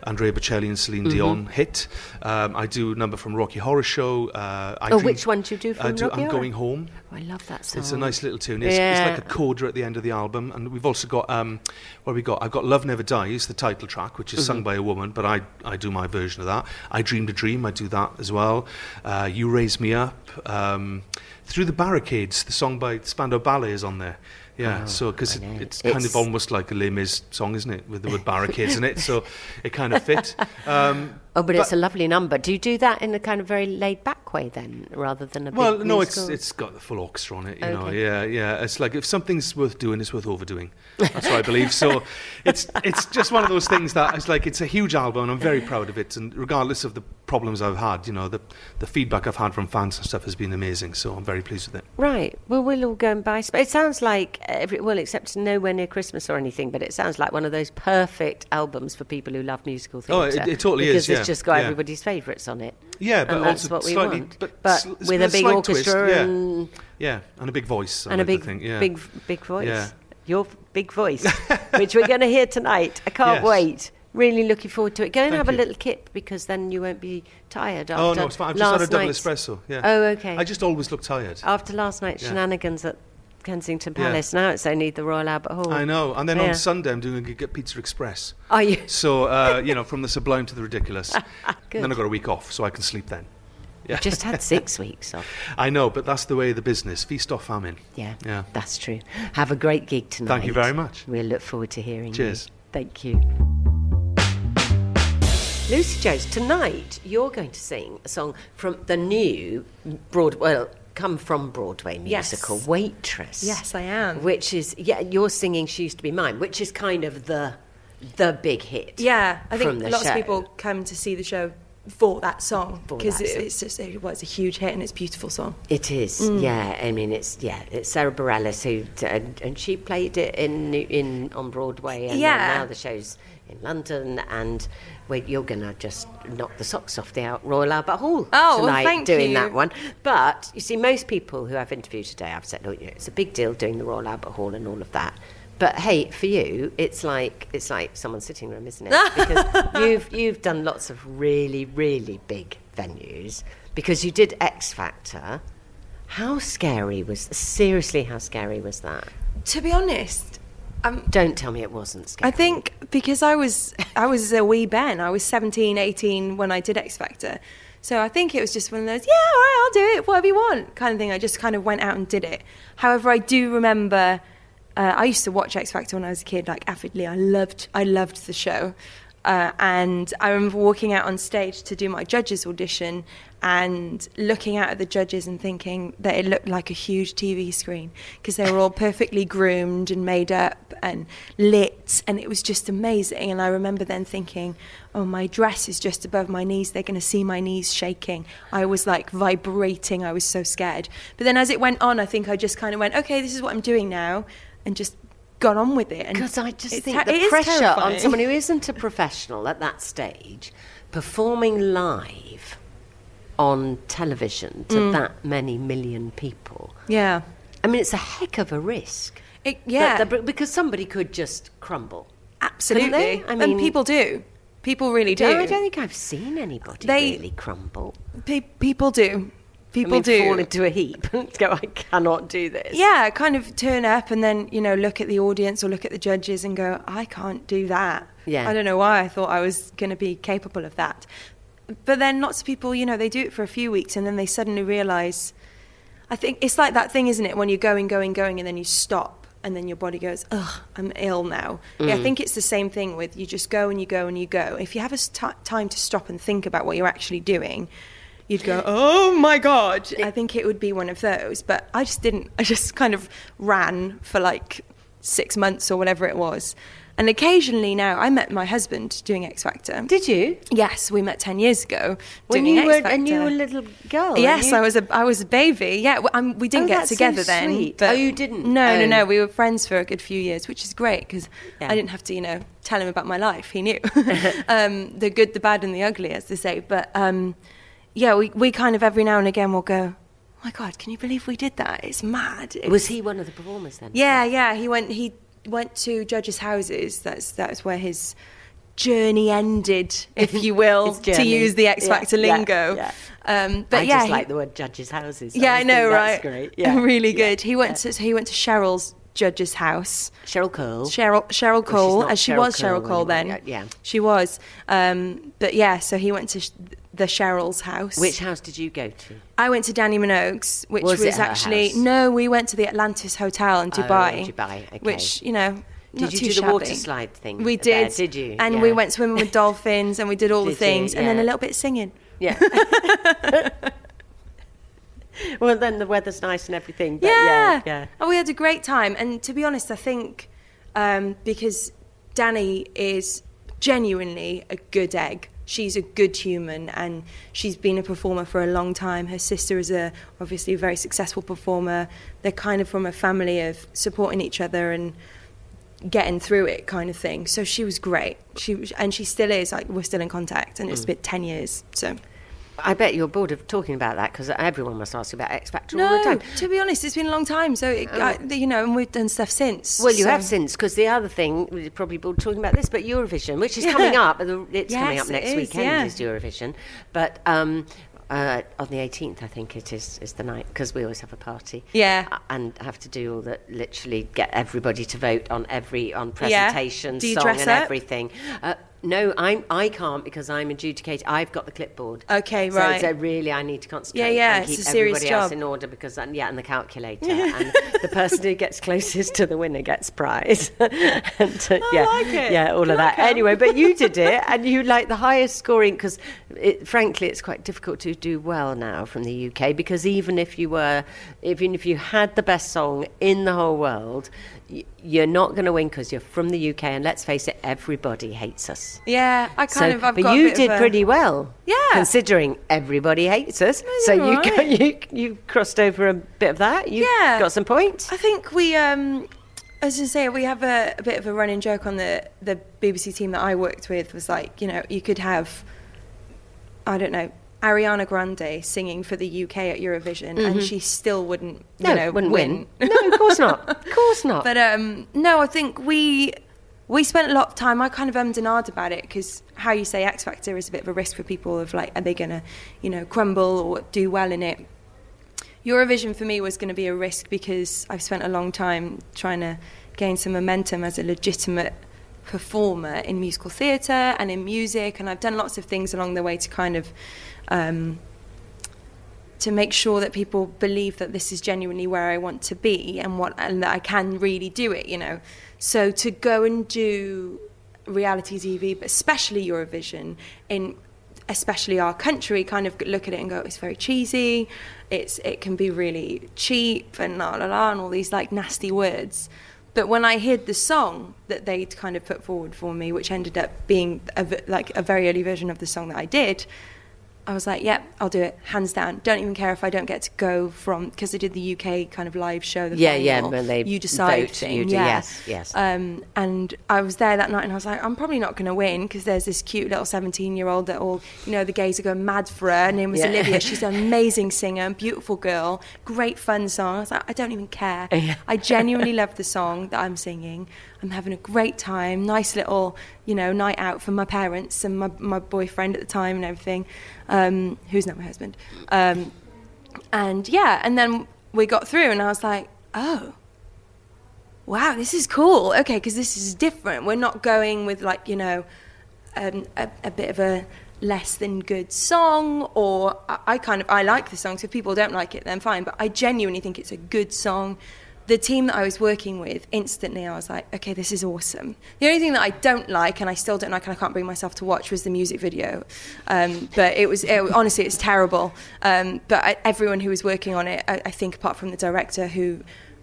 Andrea Bocelli and
Mm-hmm.
Celine Dion hit. Um, I do a number from Rocky Horror Show. Uh, I
Oh,
Dream-
which one do you do
I
from
do,
Rocky
I'm
Horror?
going home.
Oh, I love that song.
It's a nice little tune. It's,
Yeah.
it's like a coda at the end of the album, and we've also got um, what have we got? I've got "Love Never Dies," the title track, which is
Mm-hmm.
sung by a woman, but I I do my version of that. "I Dreamed a Dream," I do that as well. Uh, "You Raise Me Up," um, "Through the Barricades," the song by Spandau Ballet is on there. Yeah, so because
Oh, I
it,
know.
it's kind
It's-
of almost like a Les Mis song, isn't it, with the word barricades in it? So it kind of fit. Um,
oh, but, it's a lovely number. Do you do that in a kind of very laid back way then, rather than a big
Well, no, it's
musical?
it's got the full orchestra on it, you know.
Okay.
Yeah, yeah. It's like if something's worth doing, it's worth overdoing. That's what I believe. So, it's it's just one of those things that it's like it's a huge album, and I'm very proud of it. And regardless of the problems I've had, you know, the the feedback I've had from fans and stuff has been amazing. So I'm very pleased with it.
Right. Well, we'll all go and buy. Sp- it sounds like every, well, except nowhere near Christmas or anything. But it sounds like one of those perfect albums for people who love musical theatre.
Oh, it- it totally
because
is,
Because
yeah,
it's just got
yeah.
everybody's favourites on it.
Yeah, but
and that's
also
what we
slightly,
want.
but, sl-
with a big
slight
orchestra
twist, yeah.
and
yeah, and a big voice I
and a
like to
big
think, yeah.
big big voice.
Yeah.
Your f- big voice, which we're going to hear tonight. I can't
Yes.
wait. Really looking forward to it. Go and
Thank
have a
you.
little kip because then you won't be tired after
Oh no, it's fine. I've just had a
last
double
night's-
espresso. Yeah.
Oh, okay.
I just always look tired.
After last night's
Yeah.
shenanigans at Kensington
Yeah.
Palace, now it's only the Royal Albert Hall.
I know. And then
Oh. Yeah.
on Sunday, I'm doing a gig at Pizza Express.
Are you?
So, uh, you know, from the sublime to the ridiculous.
Ah, Good.
Then I've got a week off, so I can sleep then.
You've just had six weeks off.
I know, but that's the way of the business feast or famine.
Yeah,
Yeah.
that's true. Have a great gig tonight.
Thank you very much.
We'll look forward to hearing
Cheers.
you. Thank you. Lucy Jones, tonight you're going to sing a song from the new Broad well, come from Broadway
Yes.
musical, Waitress.
Yes, I am.
Which is, yeah, you're singing She Used to Be Mine, which is kind of the the big hit.
Yeah, I
from
think
the
lots
show.
of people come to see the show for that song
For
because
that
it,
song.
it's just it was a huge hit and it's a beautiful song.
It is,
Mm.
yeah. I mean, it's yeah. It's Sarah Bareilles who and, and she played it in in on Broadway, and
Yeah.
then now the show's in London. And wait, you're gonna just knock the socks off the out Royal Albert Hall
Oh, well,
tonight
thank
doing
you.
that one. But you see, most people who I've interviewed today, I've said, oh, you know, it's a big deal doing the Royal Albert Hall and all of that. But hey, for you, it's like it's like someone's sitting room, isn't it? Because you've you've done lots of really really big venues. Because you did X Factor, how scary was seriously? How scary was that?
To be honest, um,
Don't tell me it wasn't
I
scary.
think because I was I was a wee Ben. I was 17, 18 when I did X Factor. So I think it was just one of those, yeah, all right, I'll do it, whatever you want, kind of thing. I just kind of went out and did it. However, I do remember uh, I used to watch X Factor when I was a kid, like avidly. I loved I loved the show. Uh, and I remember walking out on stage to do my judges audition and looking out at the judges and thinking that it looked like a huge TV screen because they were all perfectly groomed and made up and lit and it was just amazing. And I remember then thinking, oh, my dress is just above my knees. They're going to see my knees shaking. I was like vibrating. I was so scared. But then as it went on, I think I just kind of went, okay, this is what I'm doing now and just got on with it. And
because I just
it's
think
ha- it
the
is
pressure on
terrifying.
someone who isn't a professional at that stage, performing live on television to
Mm.
that many million people.
Yeah.
I mean, it's a heck of a risk.
It,
That-
yeah.
that- because somebody could just crumble.
Absolutely.
they? I mean-
and people do. People really do.
No, I don't think I've seen anybody
They-
really crumble.
Pe- people do.
I
People
mean,
do.
fall into a heap and go, I cannot do this.
yeah, kind of turn up and then, you know, look at the audience or look at the judges and go, I can't do that.
Yeah.
I don't know why I thought I was going to be capable of that. But then lots of people, you know, they do it for a few weeks and then they suddenly realize. I think it's like that thing, isn't it? When you're going, going, going, and then you stop, and then your body goes, ugh, I'm ill now. Yeah, I think it's the same thing with you just go and you go and you go. If you have a s- ti time to stop and think about what you're actually doing, you'd go, oh my God. I think it would be one of those. But I just didn't. I just kind of ran for like six months or whatever it was. And occasionally now, I met my husband doing X Factor.
Did you?
Yes, we met 10 years ago.
When
doing
you
X
were and you
Factor.
were a little girl. and
Yes,
you-
I was a I was a baby. Yeah, we, um, we didn't
Oh,
get
that's so
together then.
sweet.
but-
Oh, you didn't?
No,
Oh.
no, no. We were friends for a good few years, which is great because
Yeah.
I didn't have to, you know, tell him about my life. He knew um, the good, the bad, and the ugly, as they say. But um, yeah, we we kind of every now and again will go. Oh my God, can you believe we did that? It's mad. It's-
Was he one of the performers then?
yeah, yeah. He went. He went to judges' houses. That's that's where his journey ended, if you will,
His
to
journey.
use the X
Yeah,
Factor
yeah,
lingo.
yeah.
Um, but
I
yeah,
just
he-
like the word judges' houses.
yeah, I
always
know,
think
right?
That's great. Yeah.
really
Yeah.
good. He went to he went to Cheryl's judge's house.
Cheryl Cole.
Cheryl Cheryl
she's
Cole,
not
as she
Cheryl
was
Cole
Cheryl Cole then.
anymore, yeah, yeah.
she was. Um, but yeah, so he went to sh- the Cheryl's house.
Which house did you go to?
I went to Danny Minogue's, which
Was
was,
it her
actually
house? Oh,
no. We went to the Atlantis Hotel in Dubai.
Dubai, okay.
Which you know.
Did
not
you
too
do the water
shabby.
slide thing
We
there,
did.
did you?
And we
Yeah.
went swimming with dolphins, and we did all
Did
the
you?
things, and then
Yeah.
a little bit of singing.
Yeah. well, then the weather's nice and everything. But
yeah.
yeah. yeah.
And we had a great time. And to be honest, I think um, because Danny is genuinely a good egg. She's a good human and she's been a performer for a long time. Her sister is a obviously a very successful performer. They're kind of from a family of supporting each other and getting through it kind of thing. So she was great. She was- and she still is like we're still in contact and it's
Mm.
been 10 years. So
I bet you're bored of talking about that because everyone must ask you about X Factor all
no,
the time.
to be honest, it's been a long time. So it, I, you know, and we've done stuff since.
Oh. Well, you
so-
have since, because the other thing, we're probably bored talking about this, but Eurovision, which is coming
Yeah.
up, the- it's coming
Yes,
up next
it is,
weekend
yeah.
is Eurovision, but um, uh, on the 18th, I think it is, is the night, because we always have a party.
Yeah.
Uh, And have to do all that, literally get everybody to vote on every, on presentation,
Do you
song
dress
and
up?
everything. Uh, No, I'm. I can't because I'm adjudicated. I've got the clipboard.
Okay,
So-
right.
So, really, I need to concentrate.
Yeah, yeah,
And keep
it's a serious
everybody else
job.
in order because, and, yeah, and the calculator and the person who gets closest to the winner gets prize. and, uh, yeah,
like it.
yeah, all
Can
of
I
that.
come?
Anyway, but you did it, and you like the highest scoring because, it, frankly, it's quite difficult to do well now from the UK because even if you were, even if you had the best song in the whole world. y- You're not going to win because you're from the UK, and let's face it, everybody hates us
Yeah, I kind
so,
of. I've
but
got a
you
bit of
did
a-
pretty well.
Yeah.
Considering everybody hates us. So
you're
you,
all
got, you you crossed over a bit of that. You
Yeah.
got some points.
I think we, um, as you say, we have a, a bit of a running joke on the the BBC team that I worked with was like, you know, you could have, I don't know. Ariana Grande singing for the UK at Eurovision, and she still wouldn't, you
Mm-hmm. No,
know,
wouldn't win. No, of course not. Of course not.
But um, no, I think we we spent a lot of time. I kind of ummed and ahed about it because how you say X Factor is a bit of a risk for people of like, are they going to, you know, crumble or do well in it? Eurovision for me was going to be a risk because I've spent a long time trying to gain some momentum as a legitimate performer in musical theatre and in music, and I've done lots of things along the way to kind of. Um, to make sure that people believe that this is genuinely where I want to be and what and that I can really do it, you know. So to go and do reality TV, but especially Eurovision in especially our country kind of look at it and go it's very cheesy it's it can be really cheap and la la la and all these like nasty words but when I heard the song that they'd kind of put forward for me which ended up being a, v- like a very early version of the song that I did I was like, yep, I'll do it, hands down. Don't even care if I don't get to go from because I did the UK kind of live show. The
Yeah, yeah,
final,
when they
you decide
vote,
thing,
you do-
yeah.
yes, yes.
Um, and I was there that night, and I was like, I'm probably not going to win because there's this cute little 17 year old that all you know the gays are going mad for her. Her name was
Yeah.
Olivia. She's an amazing singer, beautiful girl, great fun song. I was like, I don't even care.
Yeah.
I genuinely love the song that I'm singing. I'm having a great time, nice little, you know, night out for my parents and my, my boyfriend at the time and everything, um, who's not my husband. Um, and yeah, and then we got through, and I was like, oh, wow, this is cool. Okay, because this is different. We're not going with like you know um, a, a bit of a less than good song, or I, I kind of I like the song. So if people don't like it, then fine. But I genuinely think it's a good song. The team that I was working with, instantly I was like, okay, this is awesome. The only thing that I don't like, and I still don't like, and I can't bring myself to watch, was the music video. Um, but it was, it, honestly, it's terrible. Um, but I, everyone who was working on it, I, I think, apart from the director who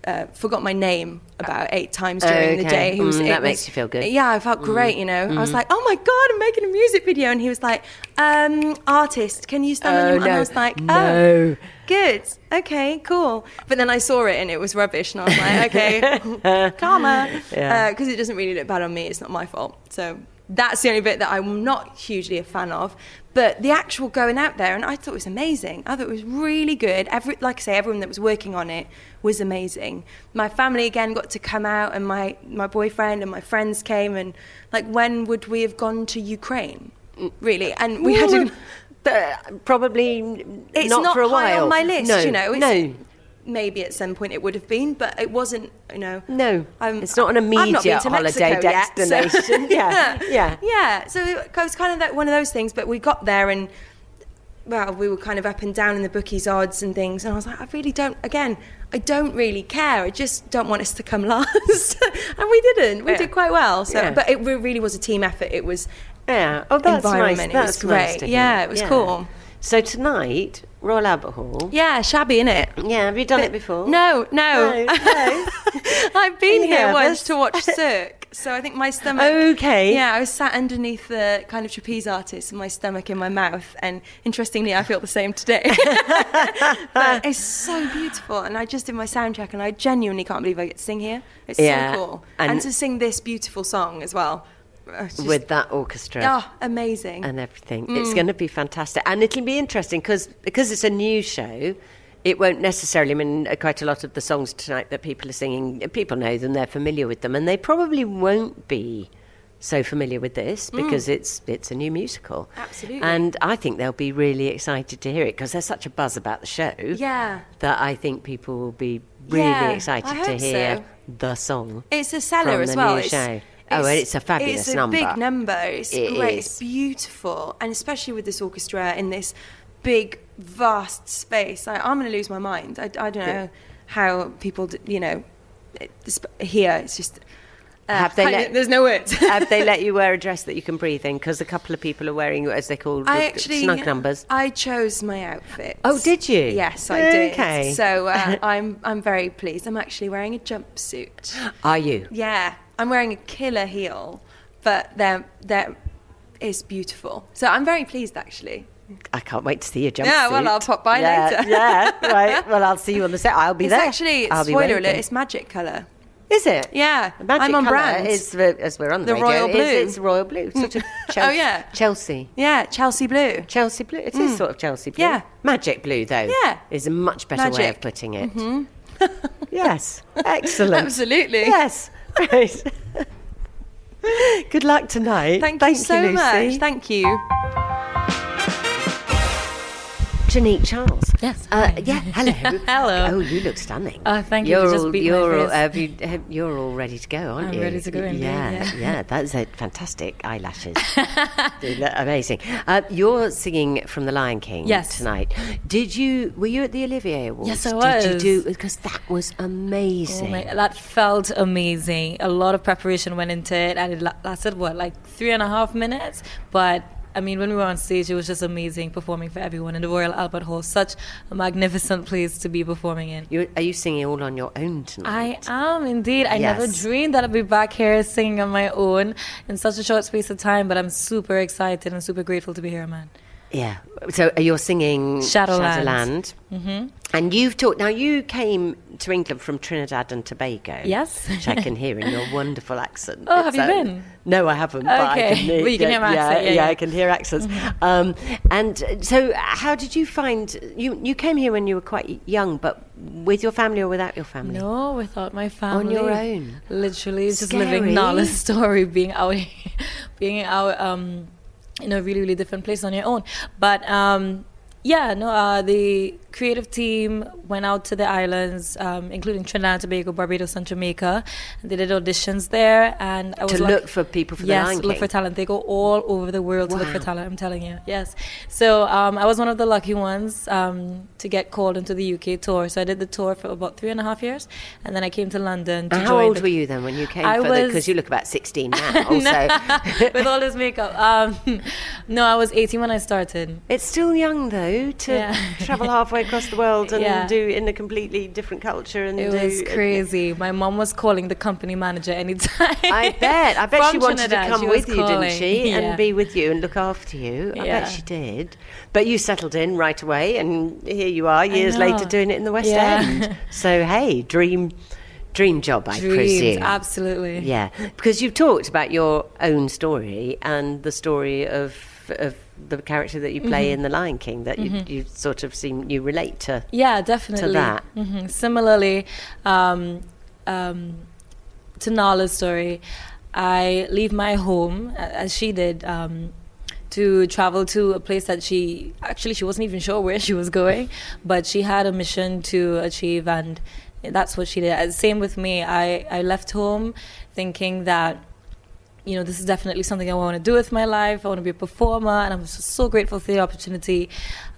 uh, forgot my name about eight times during the
Oh, Okay.
day. who was,
Mm,
it
that makes
was-
you feel good. Mm. Mm-hmm.
Yeah, I felt great. You know, I was like, oh my god, I'm making a music video, and he was like, um, artist, can you stand on
Oh,
your? And I
no.
was like, oh.
No.
Good. Okay. Cool. But then I saw it and it was rubbish, and I was like, okay, karma, because
Yeah.
it doesn't really look bad on me. It's not my fault. So that's the only bit that I'm not hugely a fan of. But the actual going out there, and I thought it was amazing. I thought it was really good. Every, like I say, everyone that was working on it was amazing. My family again got to come out, and my my boyfriend and my friends came. And like, when would we have gone to Ukraine? Really? And we had.
Ooh,
A,
uh, probably n-
it's
not,
not,
for a
high
while.
on my list.
No,
you know, it's,
no.
Maybe at some point it would have been, but it wasn't. You know,
No,
I'm-
it's not an
I've not been
immediate
to
holiday
Mexico yet, so-
destination. Yeah, yeah.
yeah. So it was kind of like one of those things. But we got there and. Well, we were kind of up and down in the bookies odds and things, and I was like, I really don't. Again, I don't really care. I just don't want us to come last, and we didn't. We
Yeah.
did quite well. So,
Yeah.
but it re- really was a team effort. It was
Yeah. Oh, that's nice.
environment. It was
That's nice
great.
to
Yeah,
hear.
it was cool.
So tonight, Royal Albert Hall.
yeah, shabby, in it.
Yeah, have you done
But-
it before?
No, no.
No, no.
I've been
Are you
here once
nervous?
to watch Cirque, so I think my stomach.
Okay.
Yeah, I was sat underneath the kind of trapeze artist, and my stomach in my mouth. And interestingly, I feel the same today. but it's so beautiful, and I just did my sound check, and I genuinely can't believe I get to sing here. It's
Yeah,
so cool, and,
and-
to sing this beautiful song as well. uh, It's just-
With that orchestra.
oh, amazing.
and everything.
Mm.
It's going to be fantastic, and it'll be interesting because because it's a new show. It won't necessarily. I mean, uh, quite a lot of the songs tonight that people are singing, uh, people know them, they're familiar with them, and they probably won't be so familiar with this because it's it's a new musical.
Mm. Absolutely.
And I think they'll be really excited to hear it because there's such a buzz about the show.
Yeah.
That I think people will be really
Yeah,
excited
I
to
hope
hear
so.
the song.
It's a seller
from
as
the
well.
new
It's,
show. Oh, and it's a fabulous
It's a
number.
big number. It's
It
great.
is.
It's beautiful, and especially with this orchestra in this big, vast space, I, I'm going to lose my mind. I, I don't know how people, d- you know, it- this- here it's just. uh,
Have they
I-
let-
there's no words.
Have they let you wear a dress that you can breathe in? Because a couple of people are wearing, as they call,
I
the-
actually
snug numbers.
I chose my outfit.
Oh, did you?
Yes, I did.
Okay.
So uh, I'm I'm very pleased. I'm actually wearing a jumpsuit.
Are you?
Yeah, I'm wearing a killer heel, but they're they're it's beautiful. So I'm very pleased actually.
I can't wait to see your jumpsuit.
Yeah, well, I'll pop by
Yeah,
later.
yeah, right. Well, I'll see you on the set. I'll be
It's
there.
actually
I'll be
spoiler
waving.
alert. It's magic color.
Is it?
Yeah,
The magic
I'm on
colour
brand.
Is the, as we're on the,
The
radio,
royal
it is-
blue.
It's royal blue, sort of. Chelsea,
Oh, yeah.
Chelsea.
Yeah, Chelsea blue.
Chelsea blue. It is sort of Chelsea blue.
Yeah.
Magic blue, though.
Yeah.
Is a much better way of
Magic. Mm-hmm.
putting it. yes. Excellent.
Absolutely.
Yes. Right. Good luck tonight.
Thank,
Thank
you so
Lucy.
much. Thank you.
Janique Charles.
Yes,
Uh,
hi.
yeah. Hello.
Hello.
Oh, you look stunning.
Oh, thank you.
You're
You just
all,
beat my
you're all,
fizz.
have you, have, you're all ready to go, aren't
I'm
you?
ready to go indeed,
Yeah,
yeah.
yeah. That's a fantastic eyelashes. They look amazing. Uh, you're singing from The Lion King
Yes.
tonight. Did you? Were you at the Olivier Awards?
Yes, I
Did
was.
you do? Because that was
Oh
amazing.
my, that felt amazing. A lot of preparation went into it, and it la- lasted what, like three and a half minutes. But I mean, when we were on stage, it was just amazing performing for everyone in the Royal Albert Hall. Such a magnificent place to be performing in.
you, are you singing all on your own tonight?
I am indeed. I never
Yes.
dreamed that I'd be back here singing on my own in such a short space of time, but I'm super excited and super grateful to be here, man.
Yeah. So uh, you're singing
Shadowlands. Mm-hmm.
Shadowland. And you've taught. Now you came to England from Trinidad and Tobago.
Yes.
which I can hear in your wonderful accent.
Oh, have you
So-
been?
No, I haven't. But I can
Okay.
hear,
Well, you can hear my
yeah,
accent, yeah, yeah. Mm-hmm.
I can hear accents. Um, and uh, so, uh, how did you find you? You came here when you were quite young, but with your family or without your family?
No, without my
On
family.
your own?
Literally, just
Scary.
living Nala's story, being out, being out um, in a really, really different place on your own. But um, yeah, no, uh, the creative team went out to the islands, um, including Trinidad and Tobago, Barbados, and Jamaica. They did auditions there, and I was
To
lucky-
look for people for the
yes,
Lion
look
King.
for talent. They go all over the world to look for
Wow.
talent. I'm telling you, yes. So um, I was one of the lucky ones um, to get called into the UK tour. So I did the tour for about three and a half years, and then I came to London. To
And how
join
old
the-
were you then when you came?
I was-
Because you look about sixteen now. so
with all this makeup? Um, no, I was 18 when I started.
It's still young though to
Yeah.
travel halfway across the world and
Yeah.
do in a completely different culture and
It
do,
was crazy. My mom was calling the company manager anytime.
I bet. I bet
From
she wanted
Trinidad,
to come
she was
with you, didn't
calling.
she?
Yeah.
And be with you and look after you. I
Yeah.
bet she did. But you settled in right away, and here you are years later
know.
doing it in the West
Yeah.
End. So hey, dream, dream job, I
Dreams,
presume.
absolutely.
Yeah, because you've talked about your own story and the story of of the character that you play in
Mm-hmm.
The Lion King that you, you sort of seem you relate to.
Yeah, definitely.
that.
hmm Similarly, um, um, to Nala's story, I leave my home a- as she did um, to travel to a place that she actually she wasn't even sure where she was going, but she had a mission to achieve, and that's what she did. Uh, Same with me. I, I left home thinking that you know, this is definitely something I want to do with my life. I want to be a performer, and I'm just so grateful for the opportunity.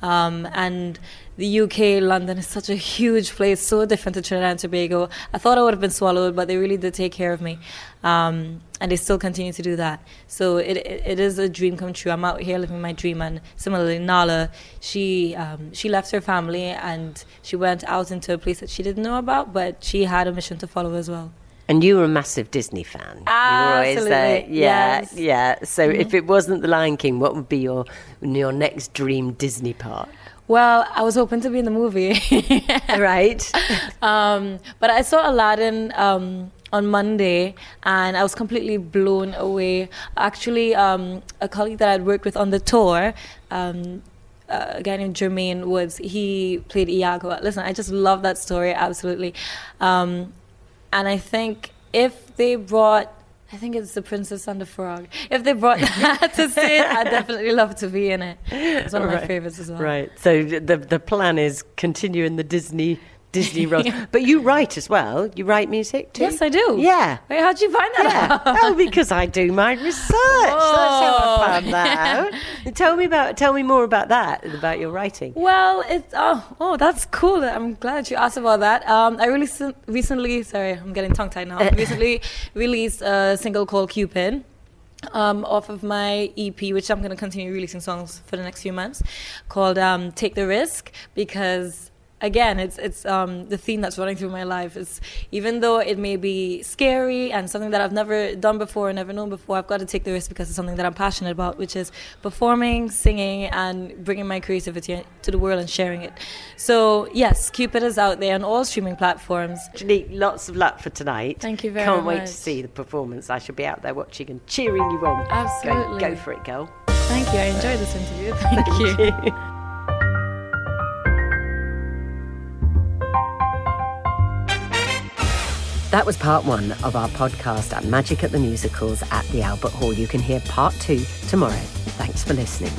Um, and the UK, London is such a huge place, so different to Trinidad and Tobago. I thought I would have been swallowed, but they really did take care of me, um, and they still continue to do that. So it, it it is a dream come true. I'm out here living my dream, and similarly, Nala, she um, she left her family and she went out into a place that she didn't know about, but she had a mission to follow as well.
And you were a massive Disney fan. You were always there.
Absolutely,
Yeah,
yes. Mm-hmm.
yeah. So if it wasn't The Lion King, what would be your your next dream Disney part?
Well, I was hoping to be in the movie.
Right?
um, but I saw Aladdin um, on Monday and I was completely blown away. Actually, um, a colleague that I'd worked with on the tour, um, uh, a guy named Jermaine Woods, he played Iago. Listen, I just love that story, absolutely. Um, and I think if they brought I think it's the Princess and the Frog. If they brought that to stage, I'd definitely love to be in it. It's one of my favorites as well.
Right. So the the plan is continuing the Disney Disney roles. But you write as well. You write music too.
Yes, I do.
Yeah.
Wait, how'd you find that
Yeah.
out?
oh, because I do my research. That's how I
Oh.
found that out. tell me about. Tell me more about that. About your writing.
Well, it's oh oh that's cool. I'm glad you asked about that. Um, I really sen- recently sorry, I'm getting tongue tied now. recently released a single called Cupid. Um, off of my EP, which I'm going to continue releasing songs for the next few months, called um, "Take the Risk," because again, it's it's um, the theme that's running through my life. Is even though it may be scary and something that I've never done before and never known before, I've got to take the risk because it's something that I'm passionate about, which is performing, singing, and bringing my creativity to the world and sharing it. So yes, Cupid is out there on all streaming platforms.
Actually, lots of luck for tonight.
Thank you very
Can't wait
much.
to see the performance. I should be out there watching and cheering you on. Go-
Absolutely.
Go, for it, girl.
Thank you. I enjoyed this interview. Thank you.
That was part one of our podcast at Magic at the Musicals at the Albert Hall. You can hear part two tomorrow. Thanks for listening.